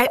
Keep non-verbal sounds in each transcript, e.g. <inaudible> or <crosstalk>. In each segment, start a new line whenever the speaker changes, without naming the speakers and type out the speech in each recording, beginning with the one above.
At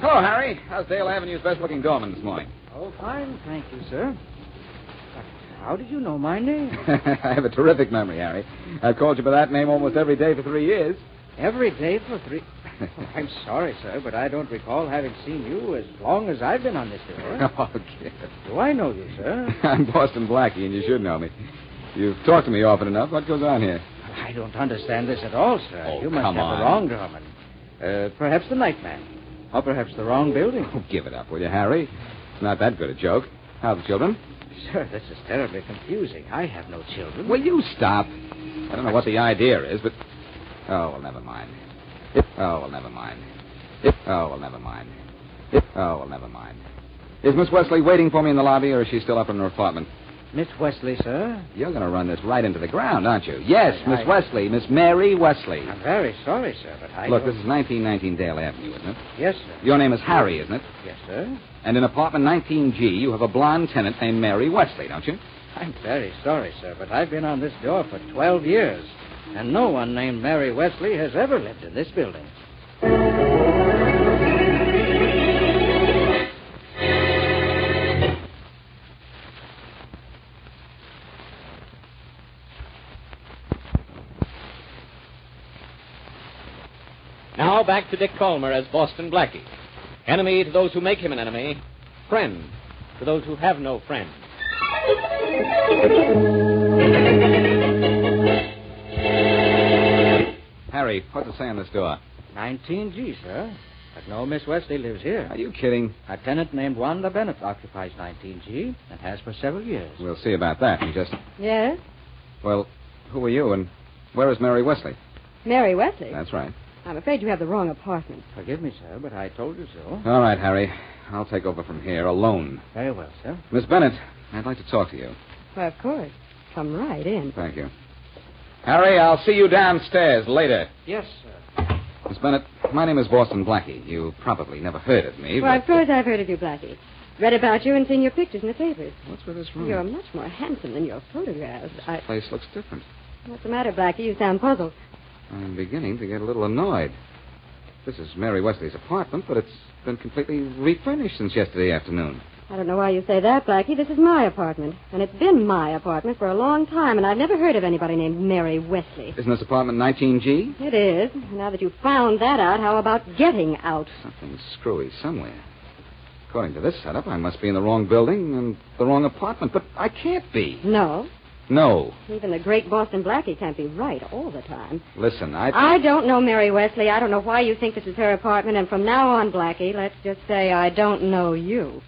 Hello, Harry. How's Dale Avenue's best looking doorman this morning? <laughs>
Oh, fine, thank you, sir. But How did you know my name?
I have a terrific memory, Harry. I've called you by that name almost every day for three years. <laughs>
Every day for three. <laughs> Oh, I'm sorry, sir, but I don't recall having seen you as long as I've been on this tour.
Oh, kid.
Do I know you, sir?
I'm Boston Blackie, and you should know me. You've talked to me often enough. What goes on here?
<laughs> I don't understand this at all, sir.
Oh,
you must
come
have
on.
the wrong doorman. Uh, perhaps the night man. Or perhaps the wrong building.
Oh, give it up, will you, Harry? It's not that good a joke. How the children?
<laughs> Sir, this is terribly confusing. I have no children.
Will you stop? I don't know what the idea is, but. Oh, well, never mind. It... Oh, well, never mind. It... Oh, well, never mind. It... Oh, well, never mind. Is Miss Wesley waiting for me in the lobby, or is she still up in her apartment?
Miss Wesley, sir?
You're going to run this right into the ground, aren't you? Yes,
I-
Miss
I-
Wesley, Miss Mary Wesley.
I'm very sorry, sir, but I
Look,
don't-
this is 1919 Dale Avenue, isn't it?
Yes, sir.
Your name is Harry, isn't it?
Yes, sir.
And in apartment 19G, you have a blonde tenant named Mary Wesley, don't you?
I'm very sorry, sir, but I've been on this door for 12 years, and no one named Mary Wesley has ever lived in this building.
Now back to Dick Colmer as Boston Blackie. Enemy to those who make him an enemy, friend to those who have no friend.
Harry, what's it say on this door?
19G, sir. But no Miss Wesley lives here.
Are you kidding?
A tenant named Wanda Bennett occupies 19G and has for several years.
We'll see about that in just.
Yes?
Well, who are you, and where is Mary Wesley?
Mary Wesley?
That's right.
I'm afraid you have the wrong apartment.
Forgive me, sir, but I told you so.
All right, Harry. I'll take over from here alone.
Very well, sir.
Miss Bennett, I'd like to talk to you.
Why, of course. Come right in.
Thank you. Harry, I'll see you downstairs later.
Yes, sir.
Miss Bennett, my name is Boston Blackie. You probably never heard of me.
Why,
but-
of course I've heard of you, Blackie. Read about you and seen your pictures in the papers.
What's with this room?
You're much more handsome than your photographs. I...
Place looks different.
What's the matter, Blackie? You sound puzzled.
I'm beginning to get a little annoyed. This is Mary Wesley's apartment, but it's been completely refurnished since yesterday afternoon.
I don't know why you say that, Blackie. This is my apartment. And it's been my apartment for a long time, and I've never heard of anybody named Mary Wesley.
Isn't this apartment 19G?
It is. Now that you've found that out, how about getting out?
Something screwy somewhere. According to this setup, I must be in the wrong building and the wrong apartment, but I can't be.
No.
No.
Even the great Boston Blackie can't be right all the time.
Listen, I.
I don't know Mary Wesley. I don't know why you think this is her apartment, and from now on, Blackie, let's just say I don't know you.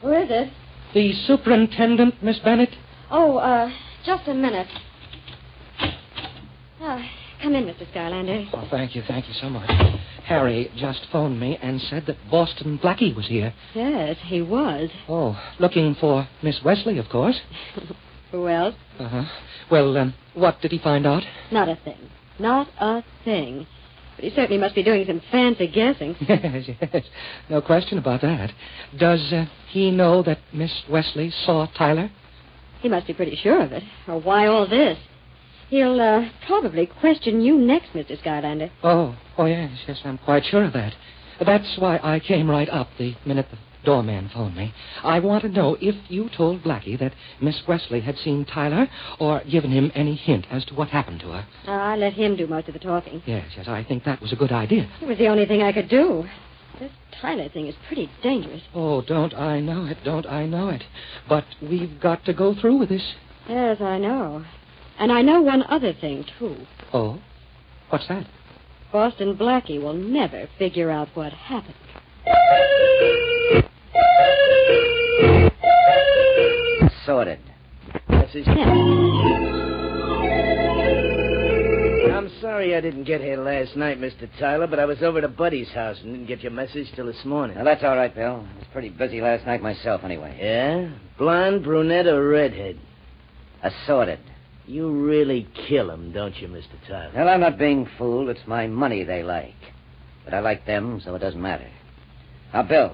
Who is it?
The superintendent, Miss Bennett?
Oh, uh, just a minute. Ah, come in, Mr. Skylander.
Oh, thank you, thank you so much. Harry just phoned me and said that Boston Blackie was here.
Yes, he was.
Oh, looking for Miss Wesley, of course.
Who else?
Uh huh. Well, um, what did he find out?
Not a thing. Not a thing. But he certainly must be doing some fancy guessing.
<laughs> Yes, yes. No question about that. Does uh, he know that Miss Wesley saw Tyler?
He must be pretty sure of it. Or why all this? He'll uh, probably question you next, Mr. Skylander.
Oh, oh, yes, yes, I'm quite sure of that. That's why I came right up the minute the doorman phoned me. I want to know if you told Blackie that Miss Wesley had seen Tyler or given him any hint as to what happened to her.
Uh, I let him do most of the talking.
Yes, yes, I think that was a good idea.
It was the only thing I could do. This Tyler thing is pretty dangerous.
Oh, don't I know it, don't I know it. But we've got to go through with this.
Yes, I know. And I know one other thing, too.
Oh? What's that?
Boston Blackie will never figure out what happened.
Sorted. This is I'm sorry I didn't get here last night, Mr. Tyler, but I was over to Buddy's house and didn't get your message till this morning. Now, that's all right, Bill. I was pretty busy last night myself, anyway. Yeah? Blonde, brunette, or redhead? Assorted. You really kill 'em, don't you, Mr. Tyler? Well, I'm not being fooled. It's my money they like. But I like them, so it doesn't matter. Now, Bill,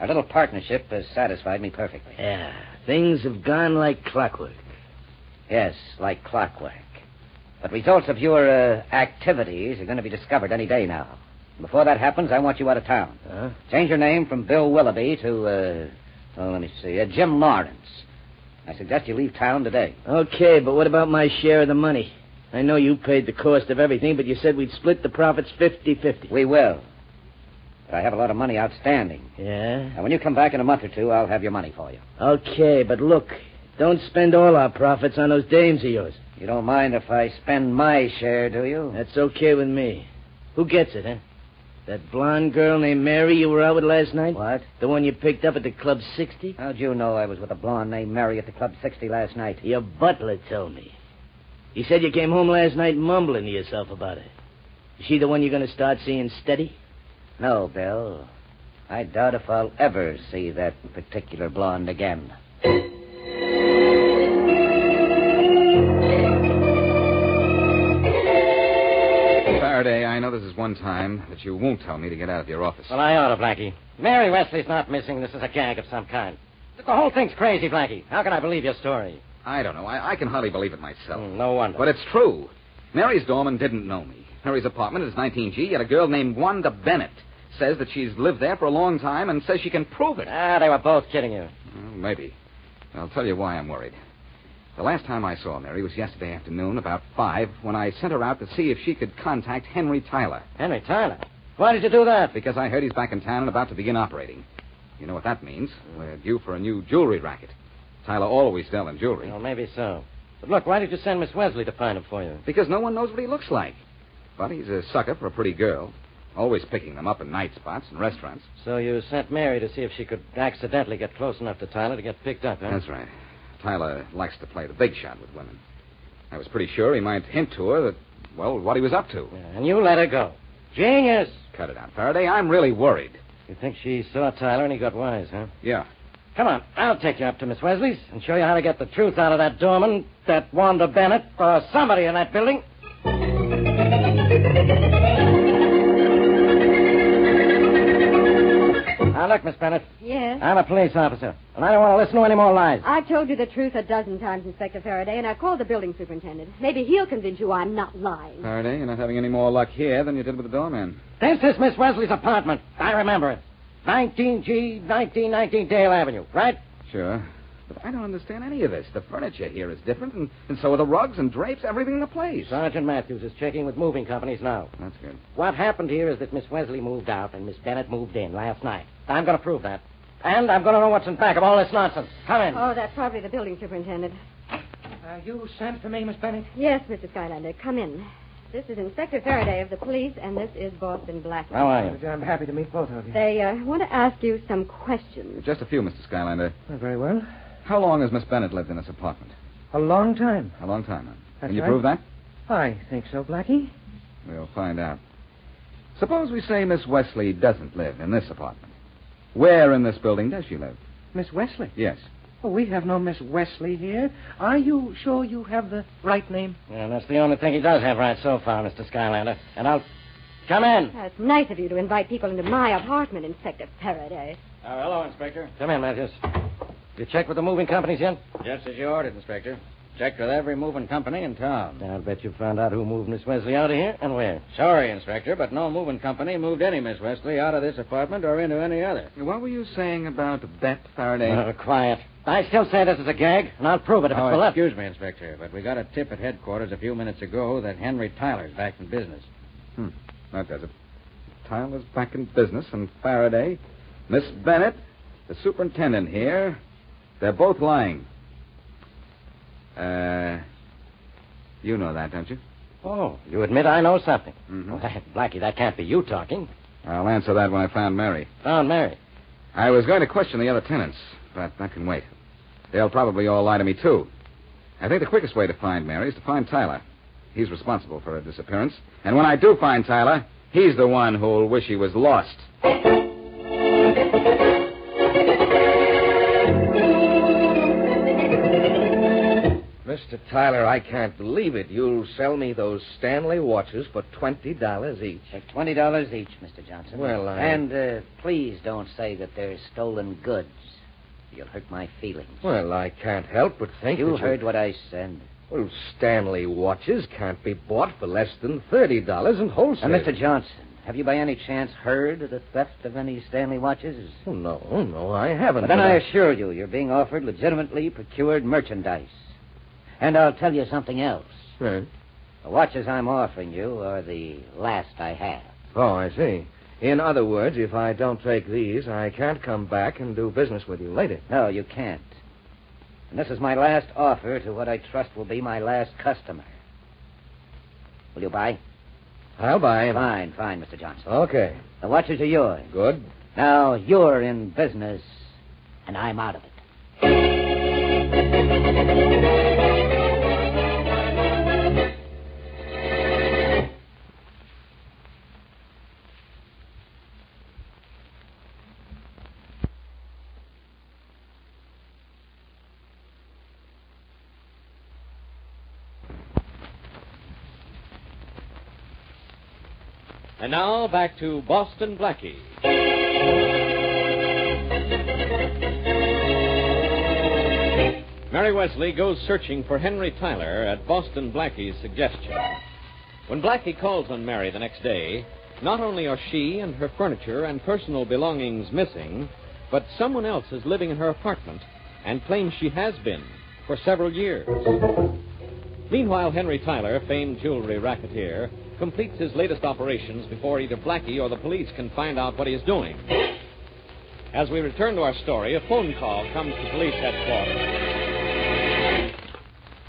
our little partnership has satisfied me perfectly. Yeah, things have gone like clockwork. Yes, like clockwork. But results of your uh, activities are going to be discovered any day now. Before that happens, I want you out of town. Huh? Change your name from Bill Willoughby to, uh, oh, let me see, uh, Jim Lawrence. I suggest you leave town today. Okay, but what about my share of the money? I know you paid the cost of everything, but you said we'd split the profits fifty-fifty. We will. But I have a lot of money outstanding. Yeah? And when you come back in a month or two, I'll have your money for you. Okay, but look, don't spend all our profits on those dames of yours. You don't mind if I spend my share, do you? That's okay with me. Who gets it, huh? That blonde girl named Mary you were out with last night? What? The one you picked up at the Club 60? How'd you know I was with a blonde named Mary at the Club 60 last night? Your butler told me. He said you came home last night mumbling to yourself about it. Is she the one you're going to start seeing steady? No, Bill. I doubt if I'll ever see that particular blonde again.
Faraday, I know this is one time that you won't tell me to get out of your office.
Well, I ought to, Blackie. Mary Wesley's not missing. This is a gag of some kind. Look, The whole thing's crazy, Blackie. How can I believe your story?
I don't know. I, I can hardly believe it myself.
Hmm, no wonder.
But it's true. Mary's doorman didn't know me. Mary's apartment is 19G, yet a girl named Wanda Bennett says that she's lived there for a long time and says she can prove it.
Ah, they were both kidding you.
Well, maybe. I'll tell you why I'm worried. The last time I saw Mary was yesterday afternoon, about 5, when I sent her out to see if she could contact Henry Tyler,
Henry Tyler. Why did you do that?
because I heard he's back in town and about to begin operating. You know what that means. We're due for a new jewelry racket. Tyler always selling jewelry.
Well, maybe so. But look, why did you send Miss Wesley to find him for you?
Because no one knows what he looks like. But he's a sucker for a pretty girl, always picking them up in night spots and restaurants.
So you sent Mary to see if she could accidentally get close enough to Tyler to get picked up, huh?
That's right. Tyler likes to play the big shot with women. I was pretty sure he might hint to her that, well, what he was up to.
Yeah, and you let her go. Genius!
Cut it out, Faraday. I'm really worried.
You think she saw Tyler and he got wise, huh?
Yeah.
Come on, I'll take you up to Miss Wesley's and show you how to get the truth out of that doorman, that Wanda Bennett, or somebody in that building. Now, look, Miss Bennett,
Yes?
I'm a police officer, and I don't want to listen to any more lies.
I've told you the truth a dozen times, Inspector Faraday, and I called the building superintendent. Maybe he'll convince you I'm not lying.
Faraday, you're not having any more luck here than you did with the doorman.
This is Miss Wesley's apartment. I remember it. 19G, 1919 Dale Avenue, right?
Sure. But I don't understand any of this. The furniture here is different, and, and so are the rugs and drapes, everything in the place.
Sergeant Matthews is checking with moving companies now.
That's good.
What happened here is that Miss Wesley moved out and Miss Bennett moved in last night. I'm going to prove that. And I'm going to know what's in back of all this nonsense. Come in.
Oh, that's probably the building superintendent.
Uh, you sent for me, Miss Bennett?
Yes, Mr. Skylander, come in. This is Inspector Faraday of the police, and this is Boston Blackie.
How are you?
I'm happy to meet both of you.
They uh, want to ask you some questions.
Just a few, Mr. Skylander.
very well.
How long has Miss Bennett lived in this apartment?
A long time.
A long time, huh?
That's
Can you
right.
prove that?
I think so, Blackie.
We'll find out. Suppose we say Miss Wesley doesn't live in this apartment. Where in this building does she live?
Miss Wesley.
Yes.
Oh, we have no Miss Wesley here. Are you sure you have the right name?
Yeah, that's the only thing he does have right so far, Mr. Skylander. And I'll. Come in.
It's nice of you to invite people into my apartment, Inspector Faraday.
Uh, hello, Inspector.
Come in, Matthews. You checked with the moving companies yet?
Just as you ordered, Inspector. Checked with every moving company in town.
I'll bet you found out who moved Miss Wesley out of here and where.
Sorry, Inspector, but no moving company moved any Miss Wesley out of this apartment or into any other.
What were you saying about Bet Faraday?
Uh-huh.
Oh,
Uh,
quiet. I still say this is a gag, and I'll prove it if
Oh,
it's the left.
excuse me, Inspector, but we got a tip at headquarters a few minutes ago that Henry Tyler's back in business.
That does it. Tyler's back in business, and Faraday, Miss Bennett, the superintendent here, they're both lying. Uh, you know that, don't you?
Oh, you admit I know something.
Mhm.
<laughs>
Why, Blackie, that can't be you talking.
I'll answer that when I found Mary.
Ah,
Found Mary.
I was going to question the other tenants, but that can wait. They'll probably all lie to me, too. I think the quickest way to find Mary is to find Tyler. He's responsible for her disappearance. And when I do find Tyler, he's the one who'll wish he was lost.
Mr. Tyler, I can't believe it. You'll sell me those Stanley watches for $20 each.
They're twenty dollars each, Mr. Johnson.
Well, I-
and uh, please don't say that they're stolen goods. You'll hurt my feelings.
Well, I can't help but think
you
that
heard what I said.
Well, Stanley watches can't be bought for less than $30 in wholesale.
And Mr. Uh, Johnson, have you by any chance heard of the theft of any Stanley watches?
Oh, No, no, I haven't.
But then
but
I assure you, you're being offered legitimately procured merchandise. And I'll tell you something else.
Huh?
The watches I'm offering you are the last I have.
Oh, I see. In other words, if I don't take these, I can't come back and do business with you later.
No, you can't. And this is my last offer to what I trust will be my last customer. Will you buy?
I'll buy them.
Fine, fine, Mr. Johnson.
Okay,
The watches are yours.
good.
Now you're in business, and I'm out of it.
And now back to Boston Blackie. Mary Wesley goes searching for Henry Tyler at Boston Blackie's suggestion. When Blackie calls on Mary the next day, not only are she and her furniture and personal belongings missing, but someone else is living in her apartment and claims she has been for several years. Meanwhile, Henry Tyler, famed jewelry racketeer, completes his latest operations before either Blackie or the police can find out what he is doing. As we return to our story, a phone call comes to police headquarters.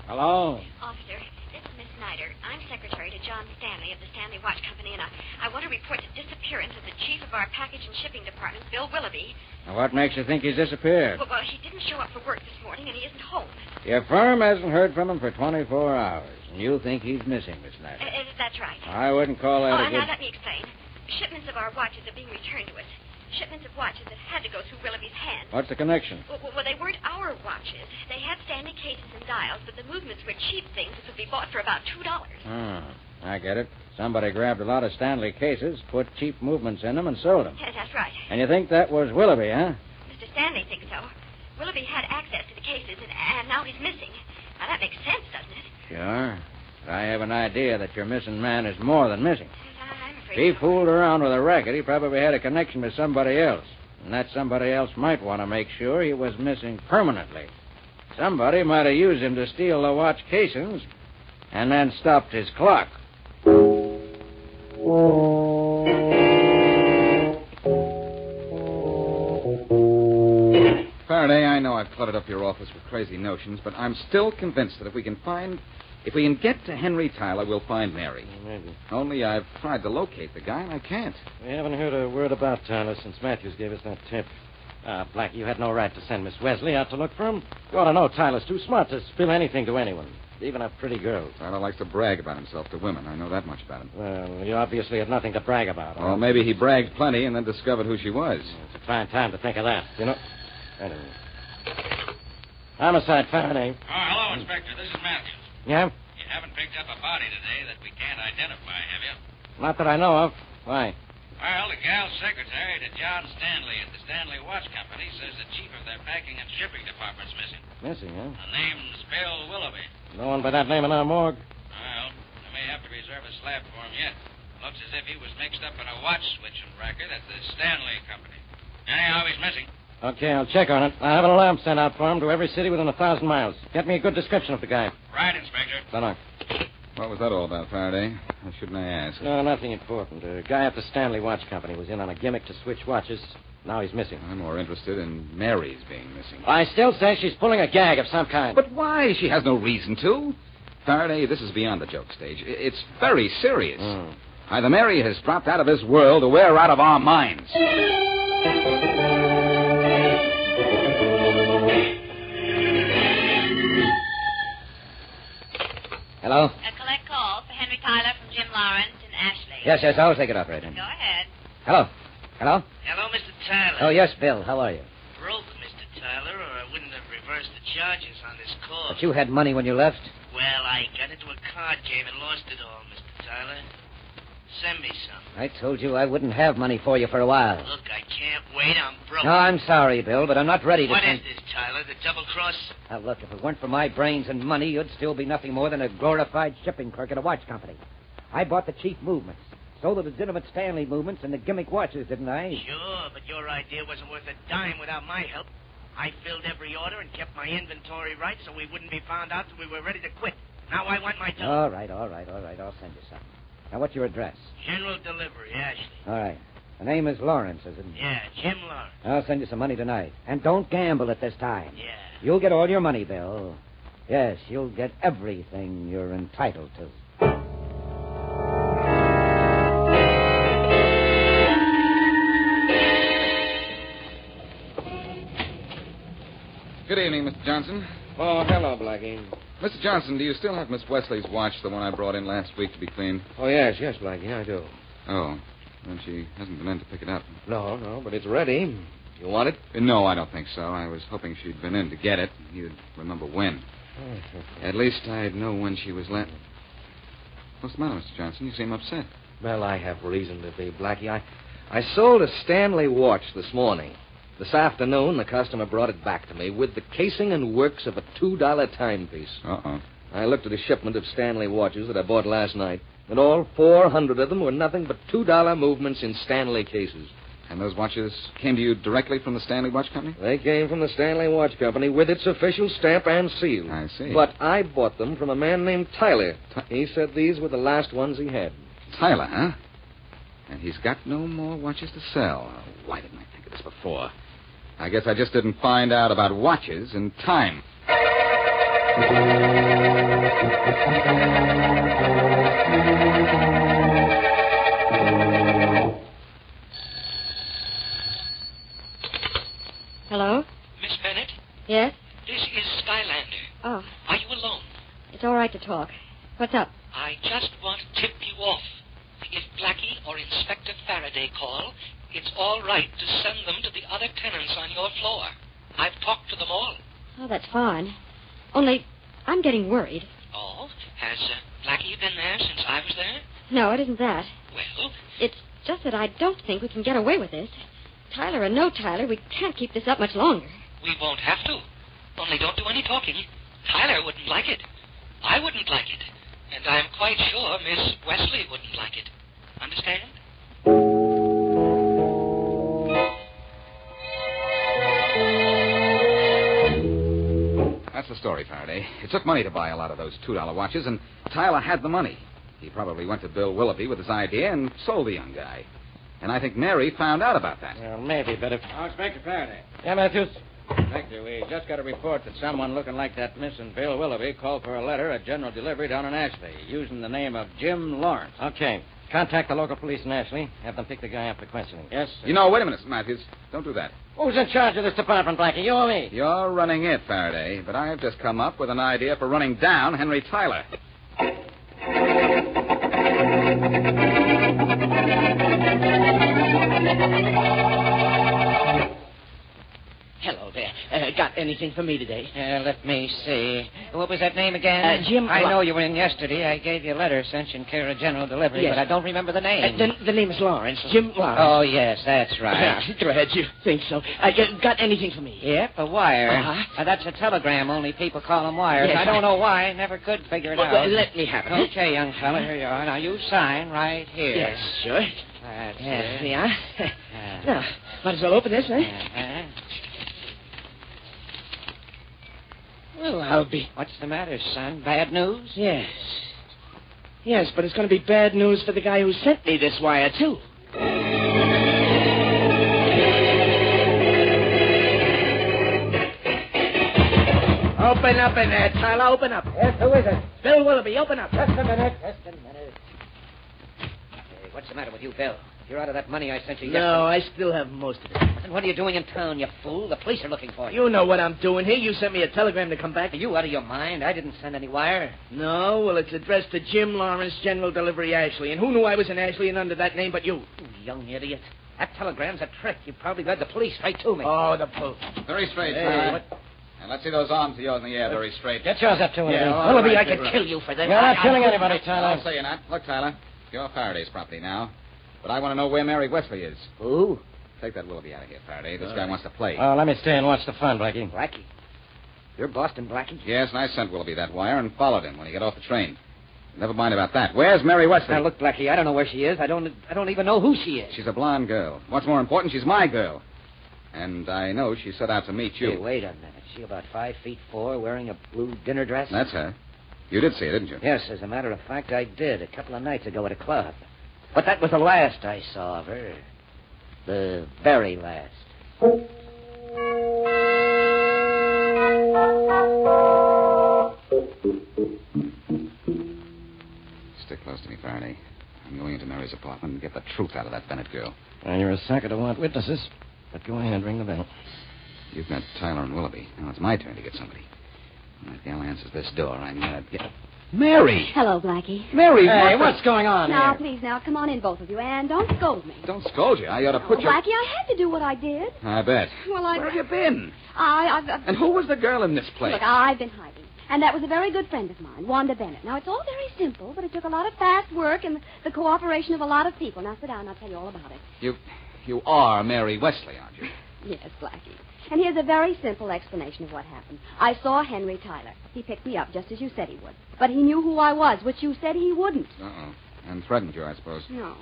Hello?
Officer, this is Miss Snyder. I'm secretary to John Stanley of the Stanley Watch Company, and I, I want to report the disappearance of the chief of our package and shipping department, Bill Willoughby.
Now, what makes you think he's disappeared?
Well, well, he didn't show up for work this morning, and he isn't home.
Your firm hasn't heard from him for 24 hours, and you think he's missing, Miss Snyder.
Uh, uh, that's right.
I wouldn't call
oh,
that a
now
good.
let me explain. Shipments of our watches are being returned to us. Shipments of watches that had to go through Willoughby's hands.
What's the connection?
Well, well, well, they weren't our watches. They had Stanley cases and dials, but the movements were cheap things that could be bought for about $2.
Hmm, I get it. Somebody grabbed a lot of Stanley cases, put cheap movements in them, and sold them.
Yeah, Eh, that's right.
And you think that was Willoughby, huh?
Mr. Stanley thinks so. Willoughby had access to the cases, and, and now he's missing. Now, that makes sense, doesn't it?
Sure. But I have an idea that your missing man is more than missing.
I- I'm afraid.
He
so.
fooled around with a racket. He probably had a connection with somebody else. And that somebody else might want to make sure he was missing permanently. Somebody might have used him to steal the watch casings and then stopped his clock.
Faraday, I know I've cluttered up your office with crazy notions, but I'm still convinced that if we can find. If we can get to Henry Tyler, we'll find Mary.
Maybe.
Only I've tried to locate the guy, and I can't.
We haven't heard a word about Tyler since Matthews gave us that tip. Ah, Blackie, you had no right to send Miss Wesley out to look for him. You ought to know Tyler's too smart to spill anything to anyone, even a pretty girl.
Tyler likes to brag about himself to women. I know that much about him.
Well, you obviously have nothing to brag about.
Well, maybe he bragged plenty and then discovered who she was.
It's a fine time to think of that. You know. Wait a minute. Homicide, Faraday.
Oh, hello, Inspector. This is Matthews.
Yeah?
You haven't picked up a body today that we can't identify, have you?
Not that I know of. Why?
Well, the gal secretary to John Stanley at the Stanley Watch Company says the chief of their packing and shipping department's missing.
Missing, huh?
The name's Bill Willoughby.
No one by that name in our morgue.
Well, they may have to reserve a slab for him yet. Looks as if he was mixed up in a watch switching racket at the Stanley Company. Anyhow, he's missing.
Okay, I'll check on it. I'll have an alarm sent out for him to every city within a thousand miles. Get me a good description of the guy.
Right, Inspector.
So long.
What was that all about, Faraday? Why shouldn't I ask?
No, nothing important. A guy at the Stanley Watch Company was in on a gimmick to switch watches. Now he's missing.
I'm more interested in Mary's being missing.
I still say she's pulling a gag of some kind.
But why? She has no reason to. Faraday, this is beyond the joke stage. I- It's very serious.
Hmm.
Either Mary has dropped out of this world or we're out of our minds.
Hello?
A collect call for Henry Tyler from Jim Lawrence and Ashley.
Yes, yes, I'll take it, operator.
Go ahead.
Hello? Hello?
Hello, Mr. Tyler.
Oh, yes, Bill. How are you?
Broke, Mr. Tyler, or I wouldn't have reversed the charges on this call.
But you had money when you left.
Well, I got into a card game and lost it all, Mr. Tyler. Send me some.
I told you I wouldn't have money for you for a while.
Look, I can't wait. I'm broke.
No, I'm sorry, Bill, but I'm not ready to.
What
send-
is this, Tyler? The double cross?
Now, look, if it weren't for my brains and money, you'd still be nothing more than a glorified shipping clerk at a watch company. I bought the chief movements, sold the legitimate Stanley movements and the gimmick watches, didn't I?
Sure, but your idea wasn't worth a dime without my help. I filled every order and kept my inventory right so we wouldn't be found out till we were ready to quit. Now I want my dough.
All right, all right, all right. I'll send you some. Now, what's your address?
General delivery, Ashley.
All right. The name is Lawrence, is it?
Yeah, Jim Lawrence.
I'll send you some money tonight. And don't gamble at this time.
Yeah.
You'll get all your money, Bill. Yes, you'll get everything you're entitled to.
Good evening, Mr. Johnson.
Oh, hello, Blackie.
Mr. Johnson, do you still have Miss Wesley's watch, the one I brought in last week to be cleaned?
Oh, yes, yes, Blackie, I do.
Oh, then she hasn't been in to pick it up.
No, no, but it's ready. You want <laughs> it?
Uh, No, I don't think so. I was hoping she'd been in to get it. You'd remember when. At least I'd know when she was last. What's the matter, Mr. Johnson? You seem upset.
Well, I have reason to be, Blackie. I, I sold a Stanley watch this morning. This afternoon, the customer brought it back to me with the casing and works of a $2 timepiece.
Uh-oh.
I looked at a shipment of Stanley watches that I bought last night, and all 400 of them were nothing but $2 movements in Stanley cases.
And those watches came to you directly from the Stanley Watch Company?
They came from the Stanley Watch Company with its official stamp and seal.
I see.
But I bought them from a man named Tyler. He said these were the last ones he had.
Tyler, huh? And he's got no more watches to sell. Why didn't I think of this before? I guess I just didn't find out about watches in time.
Hello?
Miss Bennett,
Yes?
this is Skylander.
Oh,
Are you alone?
it's all right to talk. What's up?
I just want to tip you off. If Blackie or Inspector Faraday call, it's all right to send them to the other tenants on your floor. I've talked to them all.
Oh, that's fine. Only, I'm getting worried.
Oh? Has uh, Blackie been there since I was there?
No, it isn't that.
Well,
It's just that I don't think we can get away with this. Tyler or no Tyler, we can't keep this up much longer.
we won't have to. Only don't do any talking. Tyler wouldn't like it. I wouldn't like it. And I'm quite sure Miss Wesley wouldn't like it. Understand?
That's the story, Faraday. It took money to buy a lot of those $2 watches, and Tyler had the money. He probably went to Bill Willoughby with his idea and sold the young guy. And I think Mary found out about that.
Well, maybe, but if.
Oh, Inspector Faraday.
Yeah, Matthews.
Inspector, we just got a report that someone looking like that missing Bill Willoughby called for a letter at general delivery down in Ashley using the name of Jim Lawrence.
Okay. Contact the local police in Ashley. Have them pick the guy up for questioning.
Yes, sir.
You know, wait a minute, Matthews. Don't do that.
Who's in charge of this department, Blackie? You or me?
You're running it, Faraday, but I've just come up with an idea for running down Henry Tyler.
Hello there. Uh, got anything for me today?
Uh, let me see. What was that name again?
Uh, Jim
I
Lo-
know you were in yesterday. I gave you a letter sent in care of general delivery,
Yes.
but I don't remember the name.
Uh, the, the name is Lawrence. Jim Lawrence.
Oh, yes, that's
<laughs>
right.
Yeah, <laughs> glad you think so. Uh, you got anything for me?
Yep, a wire.
Uh-huh.
Uh, that's a telegram. Only people call them wires.
Yes.
I don't know why. I never could figure it
Well,
out.
well, let me have it.
<laughs> Okay, young fella. Here you are. Now you sign right here.
Yes, sure.
That's
Yeah,
it. Uh-huh.
there you are.
Yeah.
<laughs> Now, might as well open this, eh?
Uh-huh.
Well, I'll be.
What's the matter, son? Bad news?
Yes. Yes, but it's going to be bad news for the guy who sent me this wire, too. Open up in there, Tyler. Open up. Yes, who is it? Bill Willoughby, open up. Just a minute. Just a minute.
Hey, what's the matter with you, Bill? You're out of that money I sent you
No, I still have most of it.
yesterday. Then what are you doing in town, you fool? The police are looking for you.
You know what I'm doing here. You sent me a telegram to come back.
Are you out of your mind? I didn't send any wire.
No, well, it's addressed to Jim Lawrence, General Delivery, Ashley. And who knew I was in Ashley and under that name but you?
You young idiot. That telegram's a trick. You probably led the police right to me.
Oh, the pope.
Very straight,
Hey,
Tyler.
what-
And let's see those arms of yours in the air very straight.
Get yours up to him.
Yeah, all
Willoughby,
right,
I could
Gabriel.
kill you for this.
You're not
I- I-
killing anybody, Tyler.
I'll say you're not. Look, Tyler, it's your Faraday's property now. But I want to know where Mary Wesley is.
Who?
Take that Willoughby out of here, Faraday. This
All
guy
right.
wants to play.
Oh, let me stay and watch the fun, Blackie.
Blackie. You're Boston Blackie?
yes, and I sent Willoughby that wire and followed him when he got off the train. Never mind about that. Where's Mary Wesley?
Now look, Blackie, I don't know where she is. I don't I don't even know who she is.
She's a blonde girl. What's more important, she's my girl. And I know she set out to meet you.
Hey, wait a minute. Is she about five feet four, wearing a blue dinner dress?
That's her. You did see her, didn't you?
Yes, as a matter of fact, I did a couple of nights ago at a club. But that was the last I saw of her. The very last.
Stick close to me, Faraday. I'm going into Mary's apartment and get the truth out of that Bennett girl.
Well, you're a sucker to want witnesses. But go ahead, ring the bell.
You've got Tyler and Willoughby. Now it's my turn to get somebody. When that gal answers this door, I'm going to get... Mary!
Hello, Blackie.
Mary!
Hey,
what
what's going on
now,
here?
please, now, come on in, both of you, and don't scold me.
the- Don't scold you. I ought to
Oh,
put you...
Blackie, I had to do what I did.
I bet.
Well, I...
Where have you been?
I, I've... I've-
And who was the girl in this place?
Look, I've been hiding. And that was a very good friend of mine, Wanda Bennett. Now, it's all very simple, but it took a lot of fast work and the cooperation of a lot of people. Now, sit down and I'll tell you all about it.
You... You are Mary Wesley, aren't you?
Yes, Blackie. And here's a very simple explanation of what happened. I saw Henry Tyler. He picked me up just as you said he would. But he knew who I was, which you said he wouldn't.
Uh-oh. Uh-uh. And threatened you, I suppose.
No.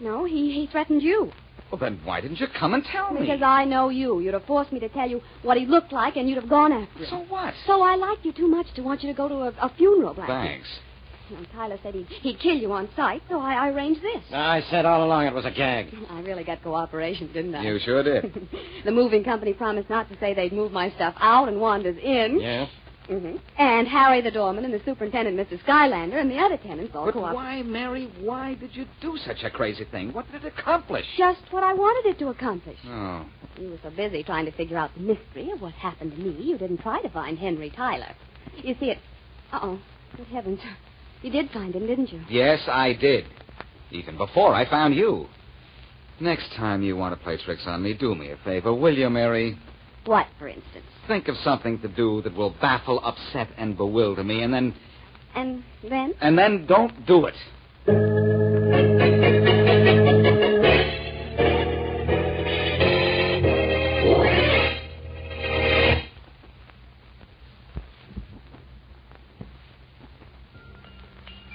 No, he, he threatened you.
Well, then why didn't you come and tell me?
Because I know you. You'd have forced me to tell you what he looked like, and you'd have gone after him.
So what?
So I liked you too much to want you to go to a, a funeral, Blackie.
Thanks.
And Tyler said he'd, he'd kill you on sight, so I, I arranged this.
I said all along it was a gag.
<laughs> I really got cooperation, didn't I?
You sure did.
<laughs> the moving company promised not to say they'd move my stuff out and Wanda's in.
Yeah?
hmm And Harry the doorman and the superintendent, Mr. Skylander, and the other tenants all
But
cooperated.
why, Mary, why did you do such a crazy thing? What did it accomplish?
Just what I wanted it to accomplish.
Oh,
You were so busy trying to figure out the mystery of what happened to me, you didn't try to find Henry Tyler. You see, it. Uh oh. Good heavens. You did find him, didn't you?
Yes, I did. Even before I found you. Next time you want to play tricks on me, do me a favor, will you, Mary?
What, for instance?
Think of something to do that will baffle, upset, and bewilder me, and then
And then?
and then don't do it.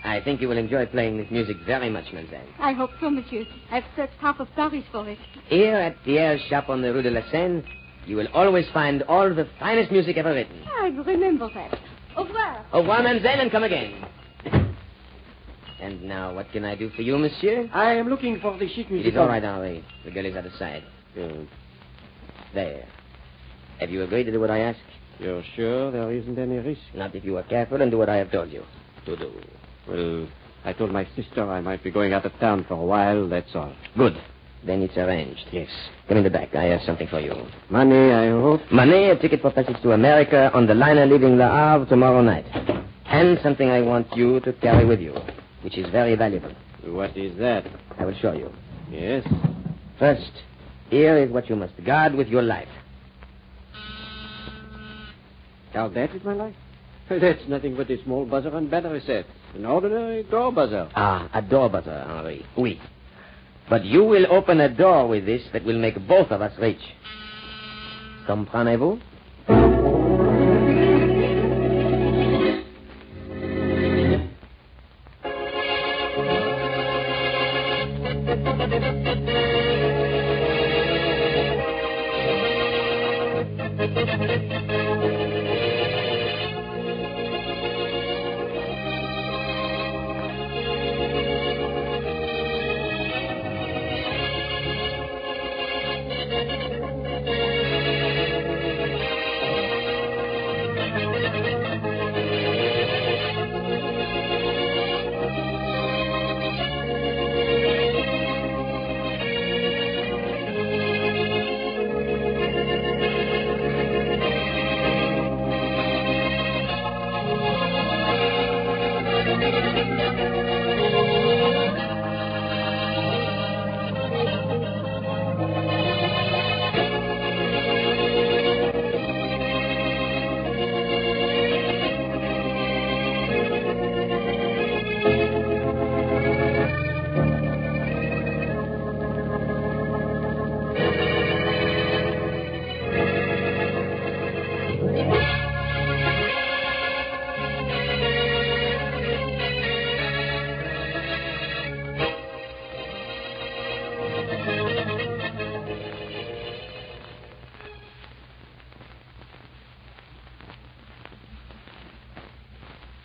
I think you will enjoy playing this music very much, mademoiselle.
I hope so, monsieur. I've searched half of Paris for it.
Here at Pierre's shop on the Rue de la Seine, you will always find all the finest music ever written.
I remember that. Au revoir.
Au revoir, mademoiselle, and come again. And now, what can I do for you, monsieur?
I am looking for the chic
It is all right, Henri. The girl is out of sight. Mm. There. Have you agreed to do what I ask?
You're sure there isn't any risk?
Not if you are careful and do what I have told you to do.
Well, I told my sister I might be going out of town for a while, that's all.
Good. Then it's arranged. Yes. Come in the back. I have something for you.
Money, I hope.
Money, a ticket for passage to America on the liner leaving Le Havre tomorrow night. And something I want you to carry with you, which is very valuable.
What is that?
I will show you.
Yes.
First, here is what you must guard with your life
How that is my life? <laughs> That's nothing but a small buzzer and battery set. An ordinary door buzzer.
Ah, a door buzzer, Henri. Oui. But you will open a door with this that will make both of us rich. Comprenez-vous?
Thank you.